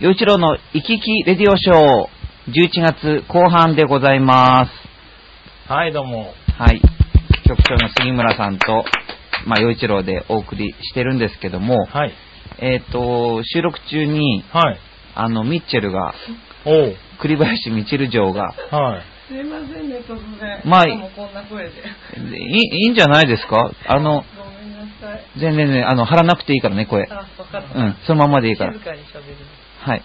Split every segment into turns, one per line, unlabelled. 洋一郎の行き来レディオショー、11月後半でございます。
はい、どうも。
はい。局長の杉村さんと、まあ、洋一郎でお送りしてるんですけども、
はい。
えっ、と、収録中に、
はい。
あの、ミッチェルが、
おう。
栗林ミチル城が、
はい。
すいませんね、突然。
まあ
いつもこんな声で。
いいいいんじゃないですかあの、
ごめんなさい。
全然ね、あの、張らなくていいからね、声。
あ、分かった。
うん、そのままでいいから
静。かに喋る。
はい。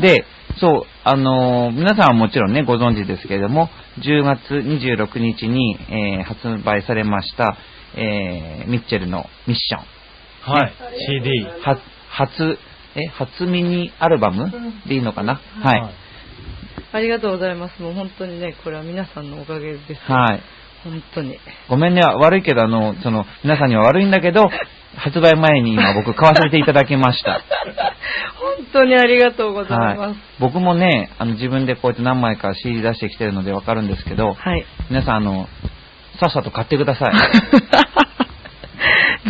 で、そう、あのー皆さんはもちろんね、ご存知ですけれども、10月26日に、えー発売されました、えーミッチェルのミッション。
はい。
ね
CD。
は初、え、初ミニアルバム
うん
でいいのかな、はい。
ありがとうございます。もう本当にね、これは皆さんのおかげです。
はい。
本当に。
ごめんね、悪いけど、あの、その、皆さんには悪いんだけど、発売前に今僕買わせていただきま した。
本当にありがとうござい
は
ま
い
す。。
僕もね、あの、自分でこうやって何枚か CD 出してきてるのでわかるんですけど、
はい。
皆さん、あの、さっさと買ってください。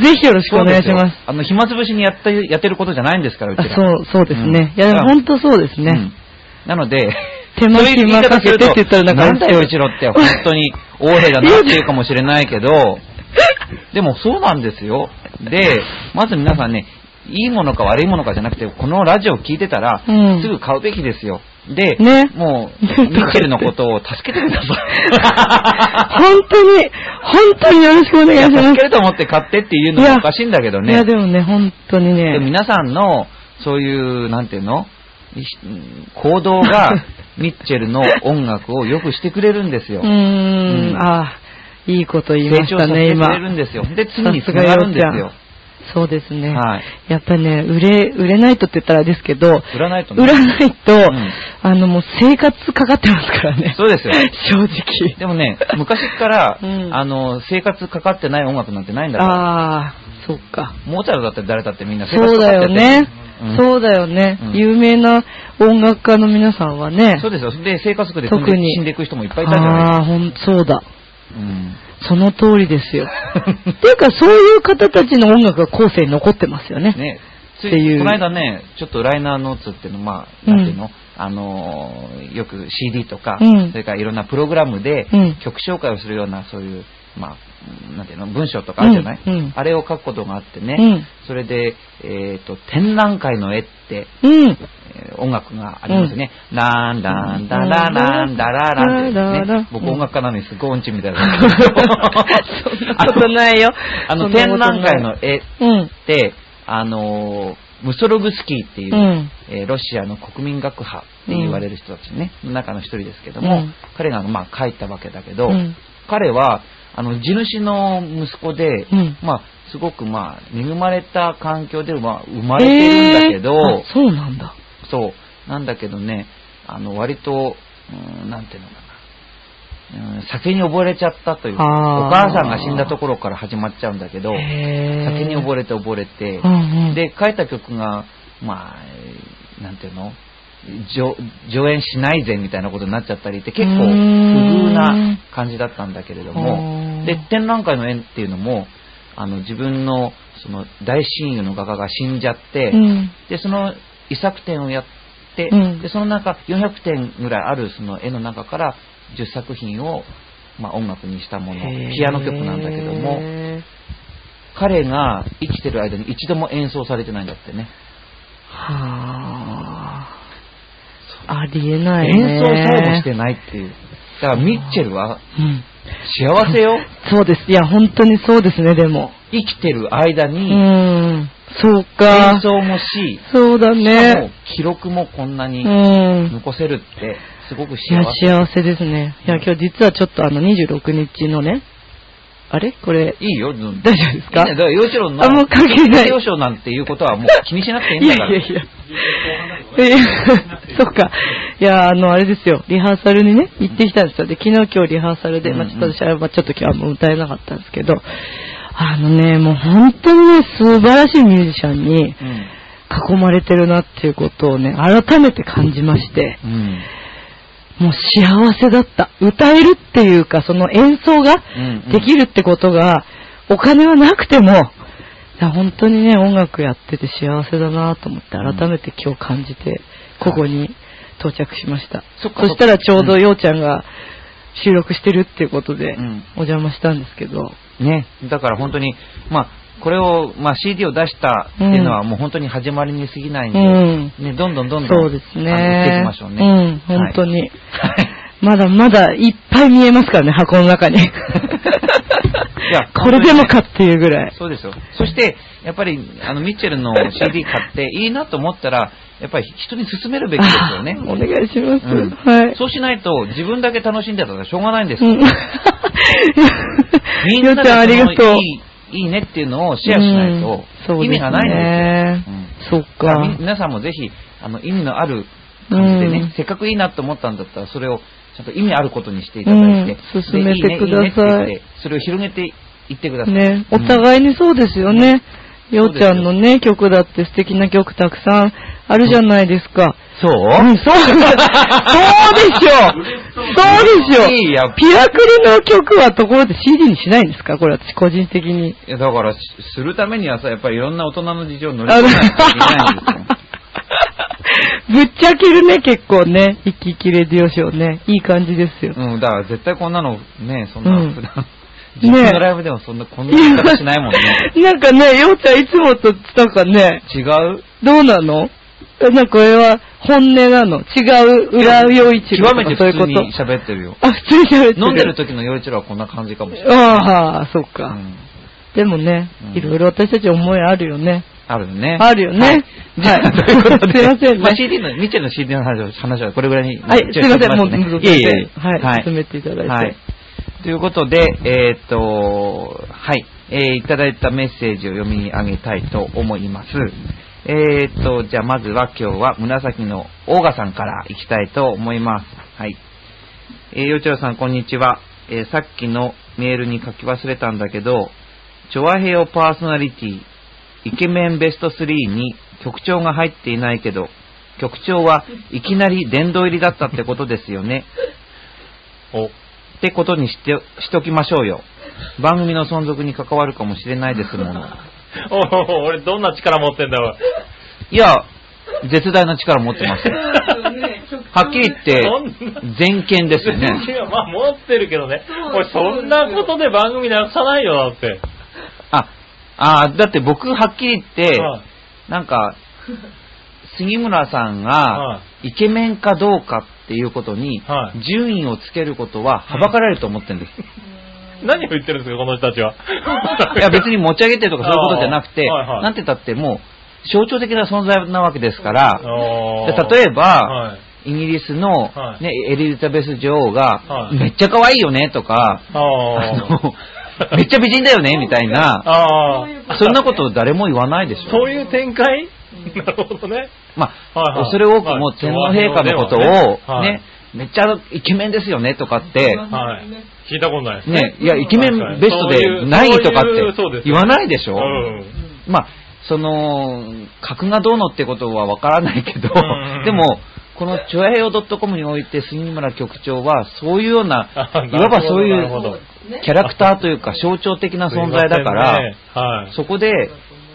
ぜひよろしく
そ
お
うで
願いします。
よあの、暇つぶしにやった、やってることじゃないんですから、うち
あ
ら。
そう、そうですね。
うん
いや、で
あ
も本当そうです
う
ね。
んなので、
手間
そういう言い
暇
方
かけてって言ったらなんか
なんだよ、うちろって、本当に、大変だなっていうかもしれないけど、でもそうなんですよ。で、まず皆さんね、いいものか悪いものかじゃなくて、このラジオを聞いてたら、
うん
すぐ買うべきですよ。で、
ね
もう、ミッチェルのことを助けてくだ さい。
本当に、本当によろしくお願いします
助け。ると思って買ってっていうのもおかしいんだけどね。
いや、でもね、本当に
でも
ね。
皆さんの、そういう、なんていうのいし行動が、ミッチェルの音楽をよくしてくれるんです
う
よ。
ーん、
うん
ああ、いいこと言い
成
まし
長させ
たね、
てく
今。
れるんですよ。で、次に
さす
繋
が
がるんです
よ
よ
っ。そうですね。
はい。
やっぱりね、売れ、売れないとって言ったらあれですけど、
売らないとね
売らないと、
ん
あの、もう生活かかってますからね。
そうですよ
正直。
でもね、昔から、
うん
あの、生活かかってない音楽なんてないんだから。
ああ、そうか。
モーツァルトだって誰だってみんな生
そ
活
う
かか
だ
って
よ
て
ね。
うん
そうだよね、
うん
有名な音楽家の皆さんはね。
そうですよ。で、生活苦で死んで
特に
死んでいく人もいっぱいいたじゃない
ああ、ほん、そうだ。
うん
その通りで すよ。っていうか、そういう方たちの音楽が後世に残ってますよね。
ね、つい
っていう
この間ね、ちょっとライナーノーツっていうの、まあ、なんていうの、あのーよく CD とか、
うん
それからいろんなプログラムで
うん
曲紹介をするような、そういう、まあ、なんていうの、文章とかあるじゃない、
うんうん
あれを書くことがあってね、
うん
それで、えっ、と、展覧会の絵って、
うん。
えー音楽がありますよね。ランランダラランダラランってですね。僕音楽家なのにすごい音痴みたいな。
そんなことないよ
あの、
そん
展
なことな
覧
い
会の絵
うん。
って、あのームソログスキーっていう、
うん
えーロシアの国民学派って言われる人たちね、の中の一人ですけど
う
も、
ん
彼が、まあ、書いたわけだけど、
うん
彼はあの地主の息子で、
うん
まあ、すごく、まあ、恵まれた環境で、まあ、生まれてるんだけど、
えーあそうなんだ。
そうなんだけどねあの割と、うん、なんていうのかな、うん、酒に溺れちゃったというお
あー
母さんが死んだところから始まっちゃうんだけど、
酒
酒に溺
れ
れて溺れて、
うんうん
で書いた曲がまあえーなんていうの上上演しないぜみたいなことになっちゃったりって結構
う
不
ーん
遇な感じだったんだけれど
う
も
ん
で展覧会の縁っていうのもあの自分のその大親友の画家が死んじゃって、
うん。
でその遺作展をやって、
うん
でその中400点ぐらいあるその絵の中から10作品を、まあ、音楽にしたものピアノ曲なんだけども。
へー
彼が生きてる間に一度も演奏されてないんだってね、
はあ。ありえないね。
演奏さえもしてないっていうだからミッチェルは
うん。
幸せよ
そうです。いや、本当にそうですね、でも。
生きてる間
う
に
ん。そうか。
演奏もし、
そうだ
しかも
ね。
記録もこんな
う
に
ん。
残せるってすごく
いや
幸、せ
幸せですね。いや、今日実はちょっとあの、26日のね、あれこれ、
いいよ、大
大丈夫です
だ
か
から、洋一郎の、
あもう関係ない
表彰なんていうことはもう気にしなくていいん
いや
だか
い
ら。
やいや。いやそうか。いや、あの、あれですよ。リハーサルにね、行ってきたんですよ。で、昨日今日リハーサルで、ま
う
あ
ん
ち
う
ょ
ん
っと私は、まあちょっと今日はもう歌えなかったんですけど、あのね、もう本当にね、素晴らしいミュージシャンに囲まれてるなっていうことをね、改めて感じまして、
うん。うん。
もう幸せだった。歌えるっていうか、その演奏が
うんうん
できるってことが、お金はなくても、いや本当にね、音楽やってて幸せだなと思って、改めて今日感じてここに到着しました。
そっか
そしたらちょうどようちゃんが収録してるっていうことで、
うん
お邪魔したんですけど、
ね、だから本当に、まあ、これを、まあ、CD を出したっていうのは、もう本当に始まりに過ぎないんで、
うん
ね、どんどんどんどん、
そうですね。
あの行っていきましょうね。
うん、本当に。
はい
まだまだいっぱい見えますからね、箱の中に。
や
これでもかっていうぐらい。
そうですよ。そして、やっぱり、あの、ミッチェ ルの CD 買って、いいなと思ったら、やっぱり人に勧めるべきですよね
あ。 お願いします。
うん
はい。
そうしないと、自分だけ楽しんでたらしょうがないんです
う
よ。
ん。
みん
よ
な
うちゃんありが
でその
とう。
いい、いいねっていうのをシェアしないと、
うん
意味がないんですよ。うん
そうですね。そっ
だから
か
み。皆さんもぜひ、あの、意味のある感じでね、
うん
せっかくいいなと思ったんだったら、それをちゃんと意味あることにしていただいて、
うん進
で
めてください
ねねって言ってそれを広げていってください。
ね、
う
お
ん
互いにそうですよね。ようちゃんのね、曲だって素敵な曲たくさんあるじゃないですか。
そう、
うん、そう、そうでしょそうでしょ
いいや
ピアクリの曲はところで CD にしないんですかこれ私個人的に。
いやだからし、するためにはさ、やっぱりいろんな大人の事情を乗り越えないといけないんですよ。
ぶっちゃけるね、結構ね。生き生きレディオショーね。いい感じですよ。
うん、だから絶対こんなの、ね、そんな
うん
普段、自分のライブでもそんな、こんな言い方しない もんね。
なんかね、ようちゃんいつもと、なんかね、
違う
どうなのなんかこれは本音なの違う裏洋一郎
極めて
とかそう
普
いうこ
通に
と。
喋ってるよ。
あ、普通に喋ってる。
飲んでる時の陽一郎はこんな感じかもしれない。
ああ、そうか。
うん
でもね
う、ん
いろいろ私たち思いあるよね。
あるよね。
あるよね。
じゃ
は
あ、
い。
ということで。
すいません
まあ
ね。
CD の、ミッチェルの CD の話を話はこれぐらいに。
はい、すいません。もう、
ね
続
いえいえ。
はい、進めていただいて。
はい。ということで、えーっと、はい、えーいただいたメッセージを読み上げたいと思います。えーっと、じゃあまずは今日は紫のオーガさんからいきたいと思います。はい。えー、よちろさん、こんにちは。えーさっきのメールに書き忘れたんだけど、チョアヘオパーソナリティ、イケメンベスト3に局長が入っていないけど、局長はいきなり殿堂入りだったってことですよね。
お、
ってことにしてしときましょうよ。番組の存続に関わるかもしれないですもの。
お俺どんな力持ってんだろう。
いや、絶大な力持ってますよ。はっきり言って
そ、
全権ですよ
い
ね。
やまあ持ってるけどね。
そう
俺そんなことで番組なくさないよ、だって。
あ、あーだって僕はっきり言って、
はい
なんか、杉村さんが
は
イケメンかどうかっていうことに
はい
順位をつけることははばかられると思ってるんです。
何を言ってるんですか、この人たちは。
い や別に持ち上げてとかそういうことじゃなくて、
あーはいはい
なんて言ったってもう象徴的な存在なわけですから、
おー。
で例えば、
はい
イギリスの、
はい
ね、エリザベス女王が、
はい
めっちゃ可愛いよねとか、あ
あ
の めっちゃ美人だよねみたい な、
ああ
あ
そんなこと誰も言わないでしょ。
そういう展開なるほどね。
まあ、
はいはい
恐れ多くも天皇陛下のことを、
はい
ね、めっちゃイケメンですよねとかって、
はい。聞いたことないです
ね
ね。、
いや、イケメンベストでないとかって言わないでしょ
うん
まあ、その、格がどうのってことはわからないけど
う ん、
でも、このチョアヘヨ .com において杉村局長は、そう いうような
あ、
いわばそうい
なるほ
う
ど
キャラクターと いうか象徴的な存在だか
すいま
ら、
せんねはい。
そこで、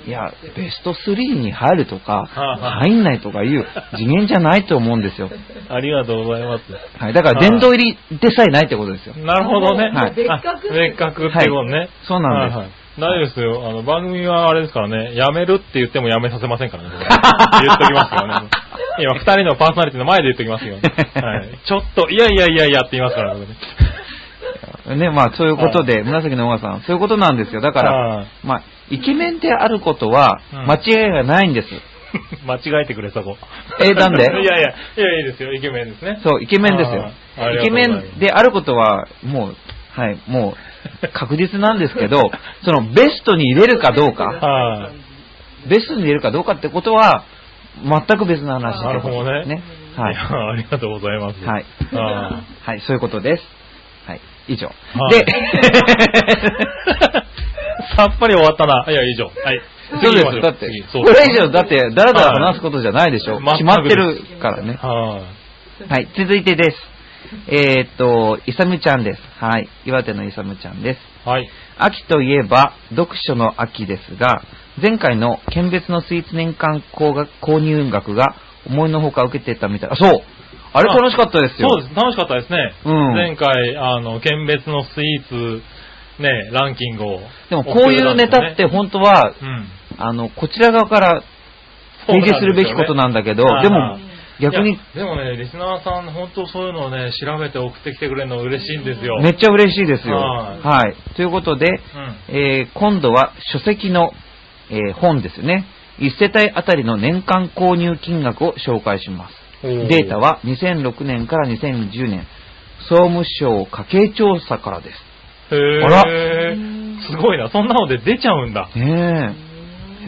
いや、ベスト3に入るとか、
はいはい
入んないとかいう次元じゃないと思うんですよ。
ありがとうございます。
はい、だから殿堂入りでさえないってことですよ。
なるほどね。
はい
あ別格別格ってことね。
そうなんです
はいはい大丈夫ですよ。あの、番組はあれですからね、やめるって言ってもやめさせませんからね。 僕言っときますからね。今、二人のパーソナリティの前で言っときますよ。はい。ちょっと、いやいやいやいやって言いますからね。
ね、まあそういうことで、紫のオーガさん、そういうことなんですよ。だから、
はい
まあ、イケメンであることは
うん
間違いがないんです。
間違えてくれ、そこ。
えなんで
いやいや、いや、いいですよ。イケメンですね。
そう、イケメンです
あーあり
よ。
が
イ
と
ケ
うござ
メ
います
ンであることは、もう、はい、も う、確実なんですけど、そのベストに入れるかどう か、
はい。
ベストに入れるかどうかってことは、全く別の話
なるほどね。
ね。はい
いや。ありがとうございます。
はい
あ
はい、そういうことです。はい、以上。
はい
で、
ー さっぱり終わったな。いや、以上。はい。
そうです
次行きましょ
だって
次、そう
これ以上、だって、だらだら話すことじゃないでしょ。
はい
決まってるからね。
はい。
はい、続いてです。えーっと、いさむちゃんです。はい、岩手のいさむちゃんです。
はい。
秋といえば読書の秋ですが、前回の県別のスイーツ年間購が購入額が思いのほか受けてたみたい。あ、そうあれ楽しかったですよ。
そうです。楽しかったですね。
うん
前回、あの、県別のスイーツ、ね、ランキングを。
でもこういうネタって
送られたんですよね、
本当は、
うん。
あの、こちら側から
そう
提
な
示
んですよね
するべきことなんだけど、
はい
でも逆
い
に
やでもね、リスナーさん、本当そういうのをね、調べて送ってきてくれるの嬉しいんですよ。
めっちゃ嬉しいですよ。
はい
はい。ということで、
うん。
えー今度は書籍の、えー本ですよね。1世帯あたりの年間購入金額を紹介します。
おー
データは2006年から2010年、総務省家計調査からで
へー
あら
すごいな。そんなので出ちゃうんだ。
す。ね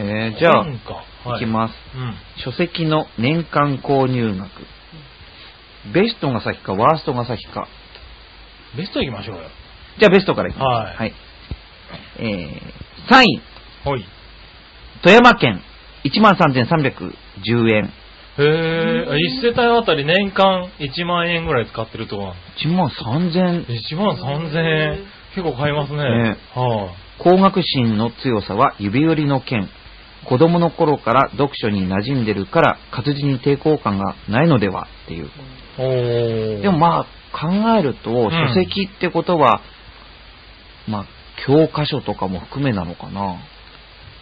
え。えーじゃあ、
なん
い
か、はい、
きます。
うん。
書籍の年間購入額。ベストが先かワーストが先か。
ベストいきましょうよ。
じゃあベストからいきます。。
はい
えー、3位、
はい。
富山県、13,310円。
へえ、一世帯あたり年間1万円ぐらい使ってるとこなんだ
13,000。
1万3000円。結構買いますね。
ね
は
高学心の強さは指折りの剣。子供の頃から読書に馴染んでるから活字に抵抗感がないのではっていう。
い。おお。
でもまあ考えると、
ん
書籍ってことは、まあ教科書とかも含めなのかな。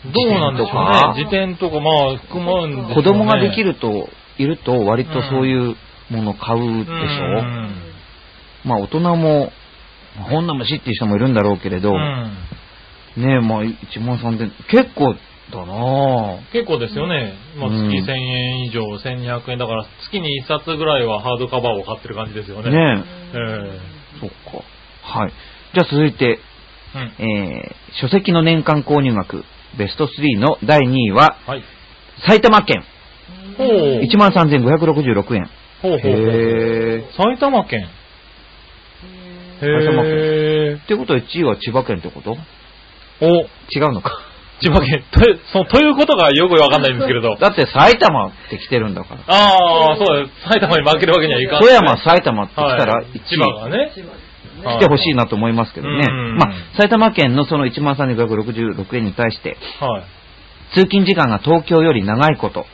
どうなんでしょうね。辞典とか、まあ、含まんでしょうね。
子供ができると、いると割とそういうもの買うでしょ。
うん
まあ大人も、本なしっていう人もいるんだろうけれど、
うん
ねえ、まあ1万3000、結構だなぁ。
結構ですよね。まあ、
うん
月1000円以上、1200円だから、月に1冊ぐらいはハードカバーを買ってる感じですよね。
ね
ええ
え、そっか。はい。じゃあ続いて、
うん。
えー、書籍の年間購入額、ベスト3の第2位は、
はい。
埼玉県、
ほう。
13,566円。
ほうほうほう。
へ
埼玉県。へ
埼玉
え。
ってことは1位は千葉県ってこと
お、
違うのか。
千葉県。と、そう、ということがよくわかんないんですけれど。
だって埼玉って来てるんだから。
ああ、そうです。埼玉に負けるわけにはいかない。
富山、埼玉って来たら
は
1
い
位。
千葉がね。
来てほしいなと思いますけどね。
うん
まあ、埼玉県のその13,566円に対して、
はい。
通勤時間が東京より長いこと、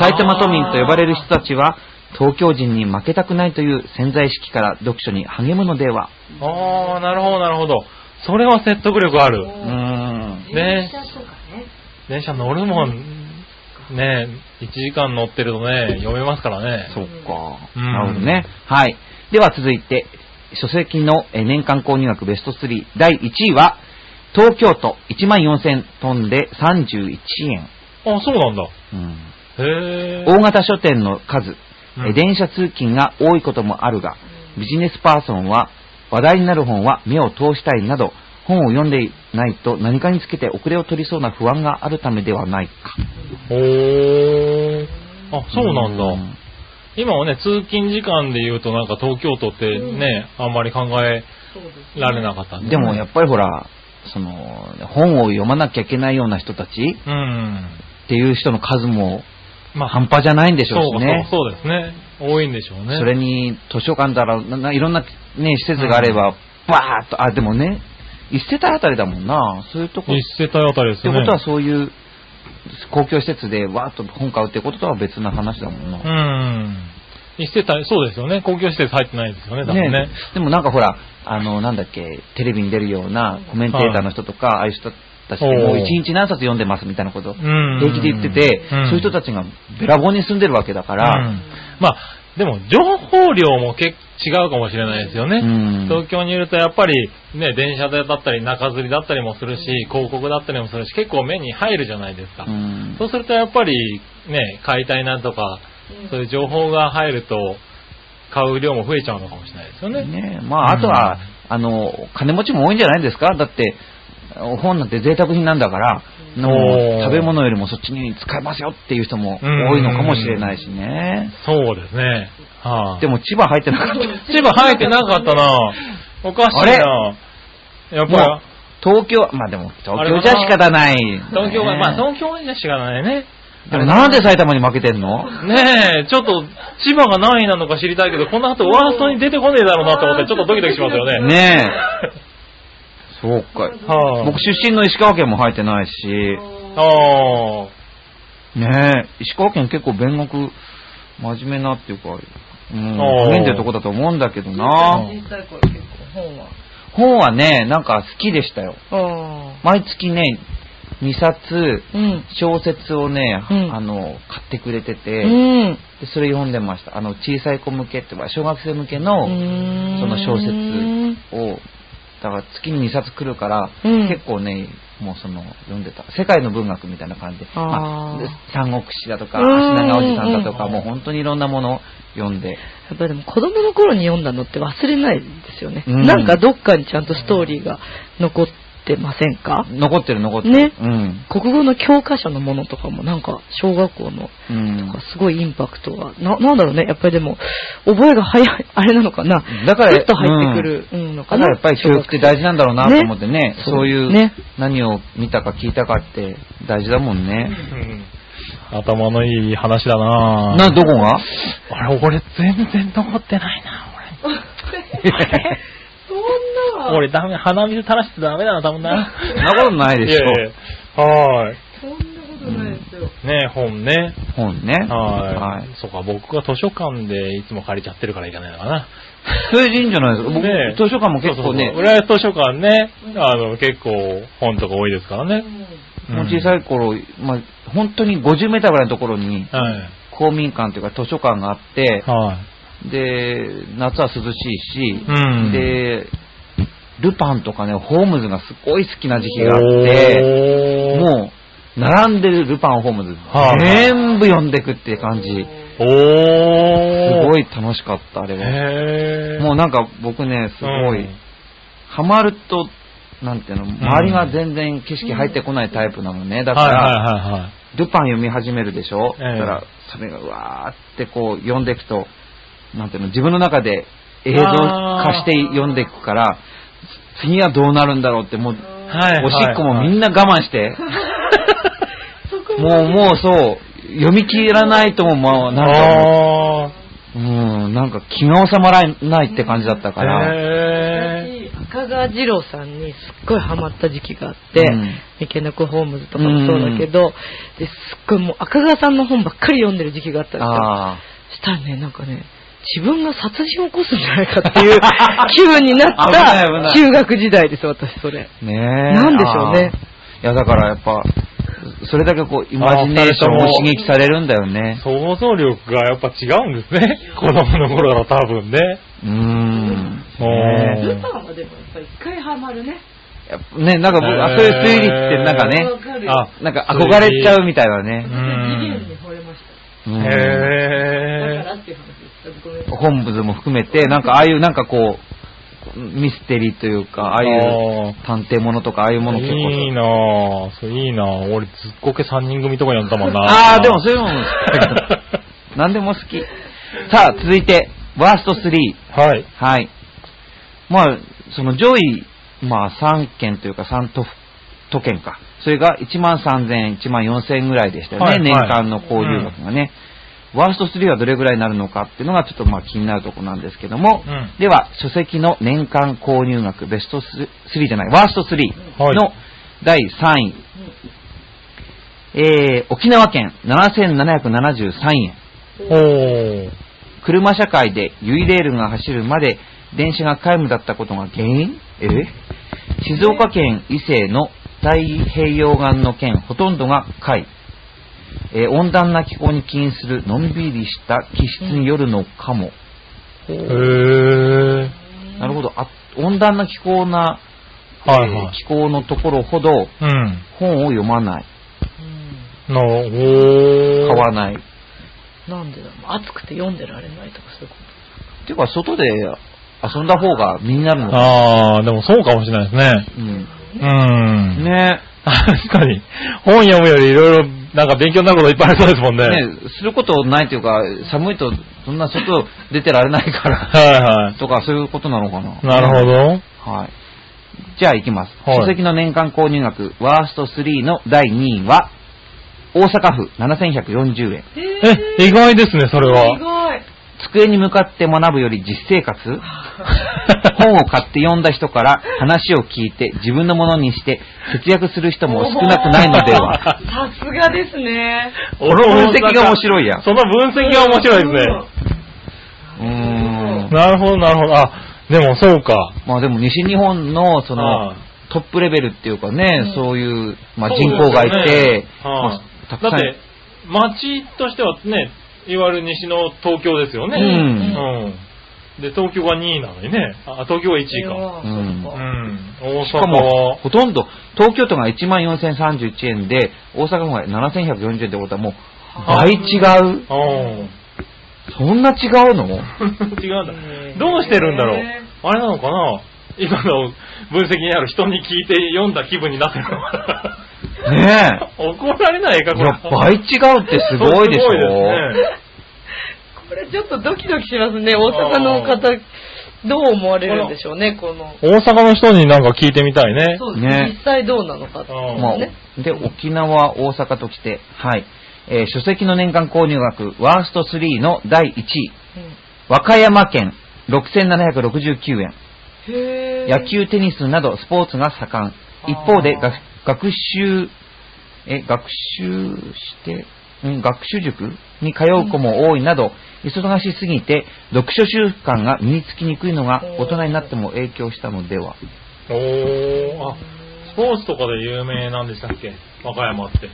埼玉都民と呼ばれる人たちは、東京人に負けたくないという潜在意識から読書に励むのでは。
ああ、なるほど、なるほど。それは説得力ある。
うーん。
電
ね
車とかね。
電車乗るもん、ね1時間乗ってるとね、読めますからね。
そっか。
うん
なるほどね。はい。では続いて、書籍のえー年間購入額ベスト3、第1位は、東京都14,000飛んで31円。
あ、そうなんだ。
うん
へえ。
大型書店の数、え
うん
電車通勤が多いこともあるが、ビジネスパーソンは話題になる本は目を通したいなど、本を読んでいないと何かにつけて遅れを取りそうな不安があるためではないか。
おー。あ、そうなんだ。
うん
今はね、通勤時間で言うとなんか東京都ってね、あんまり考え
そうですね
られなかったん
でもやっぱりほら、その、本を読まなきゃいけないような人たちっ
うん。
ていう人の数も
ま
半端じゃないんでしょうしね。
そうそうそうですね。多いんでしょうね。
それに図書館だろうなないろんな、ね、施設があれば、バーっと、あ、でもね、一世帯あたりだもんな。そういうとこ
一世帯あたり
っ
です
て
ね。
ことはそういう公共施設でわーっと本買うってこととは別な話だもんな。
うん。一世帯、そうですよね。公共施設入ってないですよね、多分ね。
でもなんかほら、あの、なんだっけ、テレビに出るようなコメンテーターの人とか、ああいう人たちでも
お
う
ー
一日何冊読んでますみたいなこと、
ん
平気で言ってて、
うん
そういう人たちがべらぼうに住んでるわけだから、
うんまあ、でも情報量もけ違うかもしれないですよね。
うん
東京にいるとやっぱり、ね、電車だったり中吊りだったりもするし、広告だったりもするし、結構目に入るじゃないですか。
うん
そうするとやっぱり、ね、買いたいなとか、そういう情報が入ると、買う量も増えちゃうのかもしれないですよね。
ねまあ、あとは、あの、金持ちも多いんじゃないですかだって、本なんて贅沢品なんだから、も
おー
う食べ物よりもそっちに使えますよっていう人も多いのかもしれないしね。
そうですね。はあ、
でも千葉入ってなかった。
千葉生えてなかったなおかしいなやっぱり
も、う東京、まあでも東京じゃ仕方ない。
東京が、
ね
まあ東京じゃしかないね。
でもなんで埼玉に負けてんの
ねえ、ちょっと、千葉が何位なのか知りたいけど、この後ワーストに出てこねえだろうなと思って、ちょっとドキドキしますよね。
ねえ。そうか。
はあ、
僕出身の石川県も入ってないし、
あー
ああ、
ねえ、石川県結構弁国真面目なっていうか、うん、
あー
励んでるとこだと思うんだけどな。
小さい頃結構本は。
本はね、なんか好きでしたよ。
あ
毎月ね、2冊、
あ。うん。
小説をね、
うん
あの、買ってくれてて、
うん。
でそれ読んでました。あの、小さい子向けってば、小学生向けの、そ
そ
の小説を、だから月に2冊来るから、
うん
結構ね、もうその、読んでた。世界の文学みたいな感じで、
あー
まあ、で三国志だとか、
うん
足長おじさんだとか、
うん
もう本当にいろんなものを読んで、
やっぱりでも子供の頃に読んだのって忘れないですよね。
うん
なんかどっかにちゃんとストーリーが残ってませんか
残ってる残ってる。
ね
うん。
国語の教科書のものとかもなんか小学校の
うん。
すごいインパクトが、ななんだろうね、やっぱりでも覚えが早い、あれなのかな。
だから
スッと入ってくるうん
だ
の
か
からな。
やっぱり教育って大事なんだろうなと思ってね、
そう
そういう、
ね
何を見たか聞いたかって大事だもんね。
うん頭のいい話だなぁ
な、どこが
俺、俺全然残ってないな
そん
俺。俺ダメ、鼻水垂らしてダメだな、多分な。
そんなことないでしょ。
いやはーい。
そんなことないですよ。
ね本ね。
本ね。
は
はい
い。そうか、僕が図書館でいつも借りちゃってるからいかないのかな。
それでいいんじゃないですか。僕、
ねえ
図書館も結構ね、
そうそうそう浦安図書館ね、あの、結構本とか多いですからね。
もう小さい頃、まあ、本当に50メーターぐらいのところに
はい。
公民館というか図書館があって、
はい。
で、夏は涼しいし、
うん
で、ルパンとかね、ホームズがすごい好きな時期があって、
も
もう、並んでるルパン、ホームズ、
はい
全部読んでくっていう感じ。
う、お
す
ー。
ご
い。
い楽しかった、あれは。
へー。
もうなんか僕ね、すごい、
うん
ハマると、なんていうの、周りが全然景色入ってこないタイプなのね。だか
はい
ら、
はいはいはい。
ルパン読み始めるでしょ、
ええ
だからそれがうわーってこう読んでいくとなんていうの自分の中で映像化して読んでいくからつ次はどうなるんだろうってもう、
はい。
おしっこもみん
な。
な我慢 して、もうもうそう読み切らないともまあなんか
あー。
うんなんか気が収まらないって感じだったから、
へ
私赤川二郎さんにすっごいハマった時期があって、
うん
三毛猫ホームズとかもそうだけど、ですっごいもう赤川さんの本ばっかり読んでる時期があったんですよ。
あ
したらね、なんかね、自分が殺人を起こすんじゃないかって いう気分になっ
危ない
た
危
中学時代です、私それ。
あねえ
なんでしょうね
あーいやだからやっぱそれだけこうイマジネーションを刺激されるんだよ
ー
ね
想像力がやっぱ違うんですね。 子供の頃だと多分ね。
うーん
おー
ねえ
ルパ
ンはでもやっぱり一回ハマるね。
やっぱね、なんか僕、あそういう推理ってなんかね、
か
あ、
なんか憧れちゃうみたいなね。
うん。
惚れまし
う
た。
ん
へー。
っていう話です。ごめん
本部図も含めて、なんかああいうなんかこう、ミステリーというか、ああいう
あー
探偵ものとか、ああいうもの結構。
いいなぁ、そういいなぁ。俺、ずっこけ3人組とかやったもんな
ああ、でもそういうのも、何でも好き。さあ、続いて、ワースト3。
はい。
はい。まあ、その上位、まあ3件というか3都府都県か。それが1万3000円、1万4000円ぐらいでしたよね。
はいはい
年間の交流額がね。ワースト3はどれぐらいになるのかっていうのがちょっとまあ気になるところなんですけども、
うん
では書籍の年間購入額ベスト3じゃない、ワースト3
は
の
い
第3位、えー、沖縄県7773円、
おー。
車社会で U レールが走るまで電車が皆無だったことが原因え静岡県伊勢の太平洋岸の県ほとんどが海、えー温暖な気候に起因するのんびりした気質によるのかも、
へー。
なるほどあ温暖な気候な、
は
え
い
ー
はい。
気候のところほど
うん。
本を読まない
なおー。
買わないっ
なんでだろう。暑くて読んでられないとかそういうこ
ていうか外で遊んだ方が身になるのか、
ああ、でもそうかもしれないですね。
うん、
うん。
ね
確かに。本読むよりいろいろ、なんか勉強になることいっぱいありそうですもんね。
ね、することないというか、寒いとそんな外出てられないから、
はいは
とかそういうことなのかな。
い。なるほど。
ど。はい。じゃあ行きます。
はい
書籍の年間購入額、ワースト3の第2位は、大阪府7140円。
と。
え、意外ですね、それは。
外。
机に向かって学ぶより実生活本を買って読んだ人から話を聞いて自分のものにして節約する人も少なくないので は。
さすがですね。
この分析が面白いやん。
その分析が面白いですね。
うーん。
なるほど、なるほど。あ、でもそうか。
まあでも西日本のそ
あ
の
あ
トップレベルっていうかね、
うん
そういう、まあ、
そう
人口がい
で
て、
すよね
ま
は
あた
い
くさ
だ
ん
っ
い
て、町としてはね、いわゆる西の東京ですよね。
うん
うんで、東京が2位なのにね。あ、東京が1位か。
か
うん
うん。大
し
阪
かも
は、
ほとんど東京都が1万4031円で大阪府が7140円ってことはもう倍違う
うん。
そんな違うの
違うんだ
ね。
どうしてるんだろう
ね。
あれなのかな今の分析にある人に聞いて読んだ気分になってるのか
ね
な怒られないか、
えい
これ。
や倍違うってすごいでしょ
そうすごいですね
これちょっとドキドキしますね。大阪の方、どう思われるんでしょうね、この。
大阪の人になんか聞いてみたいね。
そう
ね
実際どうなのかっていう
うん
ま
のね。
あ、で沖縄大阪ときてはい、えー書籍の年間購入額ワースト3の第1位和歌山県6769円
うんへー
野球、テニスなどスポーツが盛ん。一方で
あー
学学習、え、学習して、ん学習塾に通う子も多いなど、忙しすぎて読書習慣が身につきにくいのが
おー
大人になっても影響したのでは。
おー、あ、スポーツとかで有名なんでしたっけ和歌山って。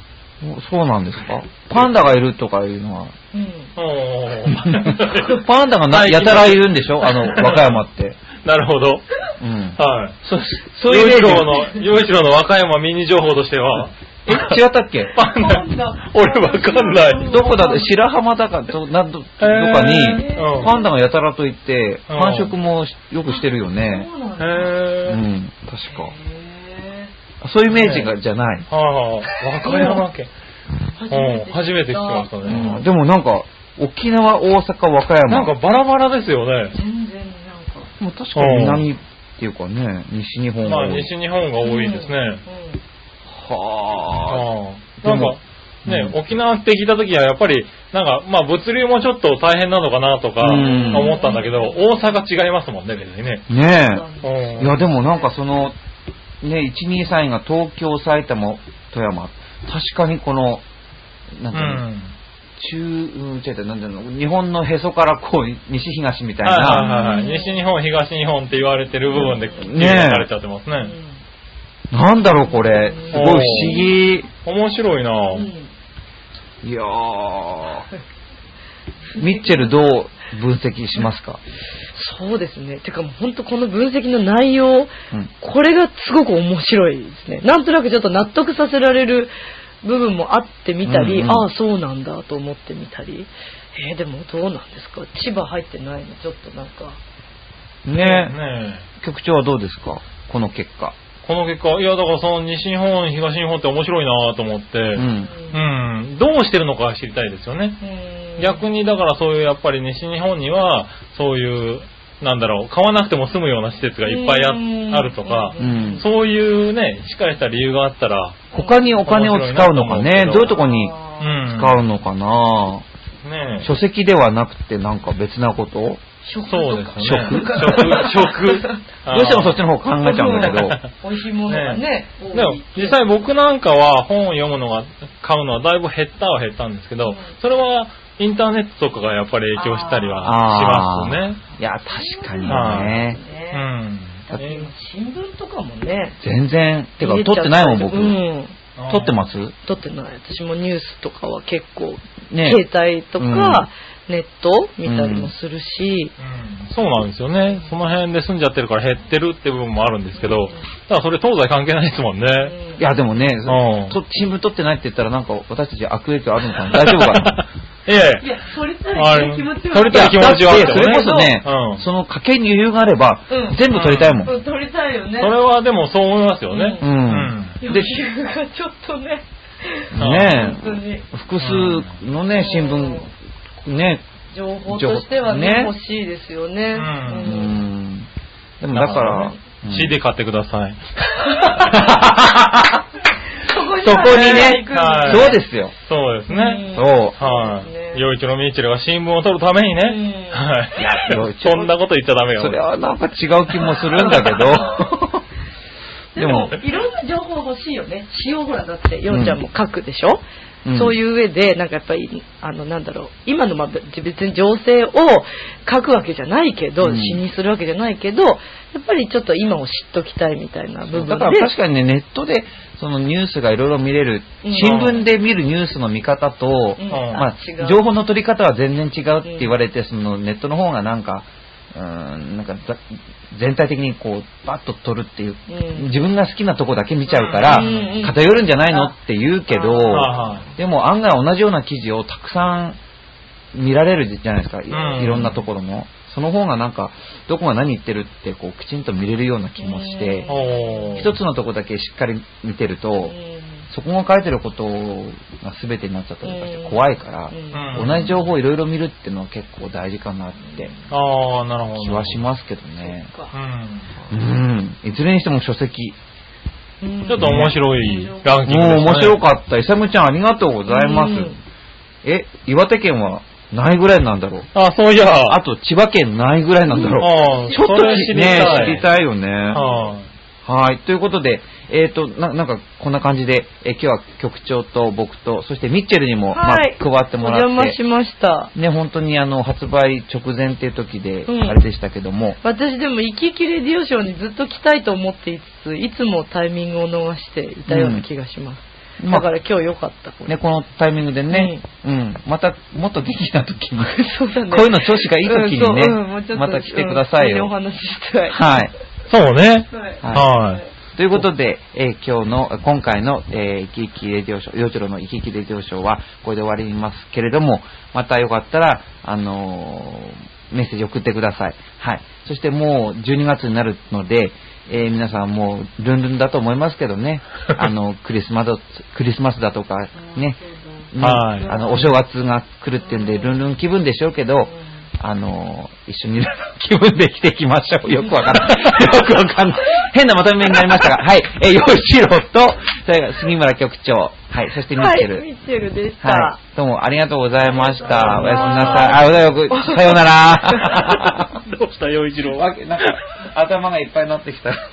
おそうなんですかパンダがいるとかいうのは。
うん
おー
パンダがなやたらいるんでしょあの、和歌山って。
なるほど。
うん。
はい。
そ
そういう一郎の、洋一郎の和歌山ミニ情報としては、
え、違ったっけ
パンダ、俺わかんない。
どこだって白浜だかどなどど
えー
かに、
うん
パンダがやたらといって、
うん
繁殖もしよくしてるよね。
そうなんだ
う
へー。
ん、確か。
へ
そういうイメージがじゃない。
はあ、和歌山県。
ー
うん、初めて聞きました
う
ね
ん。でもなんか、沖縄、大阪、和歌山。
なんかバラバラですよね。
全然なんか。
もう確かに南っていうかね、西日本
ま
は
あ、西日本が多いですね。
はあ。
ああ
で
なん
も
か、ね、
うん
沖縄って聞いた時はやっぱり、なんか、まあ物流もちょっと大変なのかなとか
うん
思ったんだけど、大阪違いますもんね、別にね。
ね
う
え。
ん
いや、でもなんかその、ね、1、2、3位が東京、埼玉、富山。確かにこの、なんていうの、中、うん、違う違う、なんていうの、日本のへそからこう、西東みたい
はい
な、
はいはいはい。西日本、東日本って言われてる部分で、
ねえ
切り分かれちゃってます
う
ね。
ん。
なんだろうこれ、すごい不思
面白いな
う
ぁ。
ん
議。いやー。ミッチェルどう分析しますか
そうですね。てかもう本当この分析の内容、
うん。
これがすごく面白いですね。なんとなくちょっと納得させられる部分もあってみたり、
うんうん
ああ、そうなんだと思ってみたり。えーでもどうなんですか千葉入ってないのちょっとなんか。
ね
ねえ
局長はどうですかこの結果。
この結果、いやだからその西日本、東日本って面白いなぁと思って、
う。
うんどうしてるのか知りたいですよね。
うん
逆にだからそういうやっぱり西日本にはそういうなんだろう買わなくても済むような施設がいっぱいあ
うん
あるとか
う、ん。
そういうねしっかりした理由があったら、
他にお金を使うのかね
面白いなと思うけど
どういうとこに
う
あー
ん、
使うのかな、
ねえ
書籍ではなくてなんか別なことど
食
そう
と
です
か
ね。
食
食
う
食
してもそっちの方考えちゃうんだけど。
美味しいものがね、多い
でも実際僕なんかは本を読むのが買うのはだいぶ減ったは減ったんですけど、
うん
それはインターネットとかがやっぱり影響したりはしますね。
いや、確かに
はい
ね。
うん
だって今新聞とかもね。
全然、てか撮ってないもん僕。
う
撮
ん。
ってます
撮ってない。私もニュースとかは結構、
ね
携帯とか、ネット見たりもするし、
うんそうなんですよね。その辺で住んじゃってるから減ってるって部分もあるんですけど、ただそれ東西関係ないですもんね。
いや、でもね、
うん
と新聞取ってないって言ったら、なんか私たち悪影響あるのかな 大丈夫かな
ええ
い。や、それた
あれそ
い
れ
や
気持ちは
だ
あっ
っててそれこそね、
うん
その家計に余裕があれば、
うん
全部取りたいもん。
撮りたいよね
それはでもそう思いますよね。
う。
うん余
で、
裕がちょっとね、
うん
ね
本当に
え、複数のね、新聞、ね、
情報としてはね
ね
欲しいですよね。
う
うん
うん
ん。でもだから、うん
CD 買ってください。
そこ
そこに
は
ね
行くんだ
はい
そうですよ。
そうです
う
ね。
ん
そう。
はい。
ね
洋一のミーチェルが新聞を取るためにね。
うん
はい
いや洋
い。
一
そんなこと言っちゃダメよ。
それはなんか違う気もするんだけど。でも、。
いろんな情報欲しいよね。
詩をほらだってようちゃんも書くでしょ、そういうう上でなんかやっぱりあのなんだろう今のまあ別に情勢を書くわけじゃないけど、
うん
詩にするわけじゃないけどやっぱりちょっと今を知っときたいみたいな部分で
だから確かにね、ネットでそのニュースがいろいろ見れる、
うん
新聞で見るニュースの見方と、
うん
まあ
違う、
情報の取り方は全然違うって言われて、そのネットの方がなんか、うーんなんかざ全体的にこうバッと取るっていう、
うん
自分が好きなとこだけ見ちゃうから、
うんうんうん
偏るんじゃないのって言うけど、
は
でも案外同じような記事をたくさん見られるじゃないですか、い
うん
いろんなところも。その方がなんか、どこが何言ってるってこう、きちんと見れるような気もして
いはい。、おー
一つのとこだけしっかり見てる
う
と、
ん
そこが書いてることが全てになっちゃったりとかして怖いから、
ん
同じ情報をいろいろ見るっていうのは結構大事かなって
ああ、なるほど。
気はしますけどね。う
うん。
ん。いずれにしても書籍。
うん
ちょっと面白いランキング
もう面白
っ
かった。イサムちゃんありがとうございます
うん。
え、岩手県はないぐらいなんだろう。
た。あ、そういや。
あと千葉県ないぐらいなんだろう。
あー
ちょっと
それ知り
ね
たい。
知りたいよね。
はい
はい。ということで、えっ、とな、なんか、こんな感じで、えー今日は局長と僕と、そしてミッチェルにも、
はい
まあ、加わって
お
もら
邪魔
っ、
してました
ね、本当にあの、発売直前っていう時で、
うん
あれでしたけども、
私でも「イキイキレディオショー」にずっと来たいと思っていつついつもタイミングを逃していたような気がします、
うん
だから今日良かったこれ、
ね、このタイミングでね、うん、また、もっ と元気な時に、
そうだね
こういうの調子がいい時にね
うんそううんもうちょっと
また来てくださいよ
うんここにお話ししたい
はい。
そうね。
はい。
はい。
ということで、えー今日の、今回の、えー、生き生きレディオショー、洋一郎の生き生きレディオショーは、これで終わりますけれども、またよかったら、あのーメッセージ送ってください。はい。そしてもう12月になるので、えー皆さんもう、ルンルンだと思いますけどね、あの、クリスマス、クリスマスだとか、ね、ね
はい
あの、お正月が来るっていうんで、ルンルン気分でしょうけど、あの、一緒に気分で生きていきましょう。よくわかんない。 よくわかんない。変なまとめになりましたが、はい。え、洋一郎と、それから杉村局長、はい、そしてミッチェ
はい、ミ
ル。
ッチェルでした、
はい。どうもありがとうございました。おやすみな
あ
さい。あ、おだよく、さようなら。
どうした、洋一郎。
わけなんか、頭がいっぱいになってきた。なんか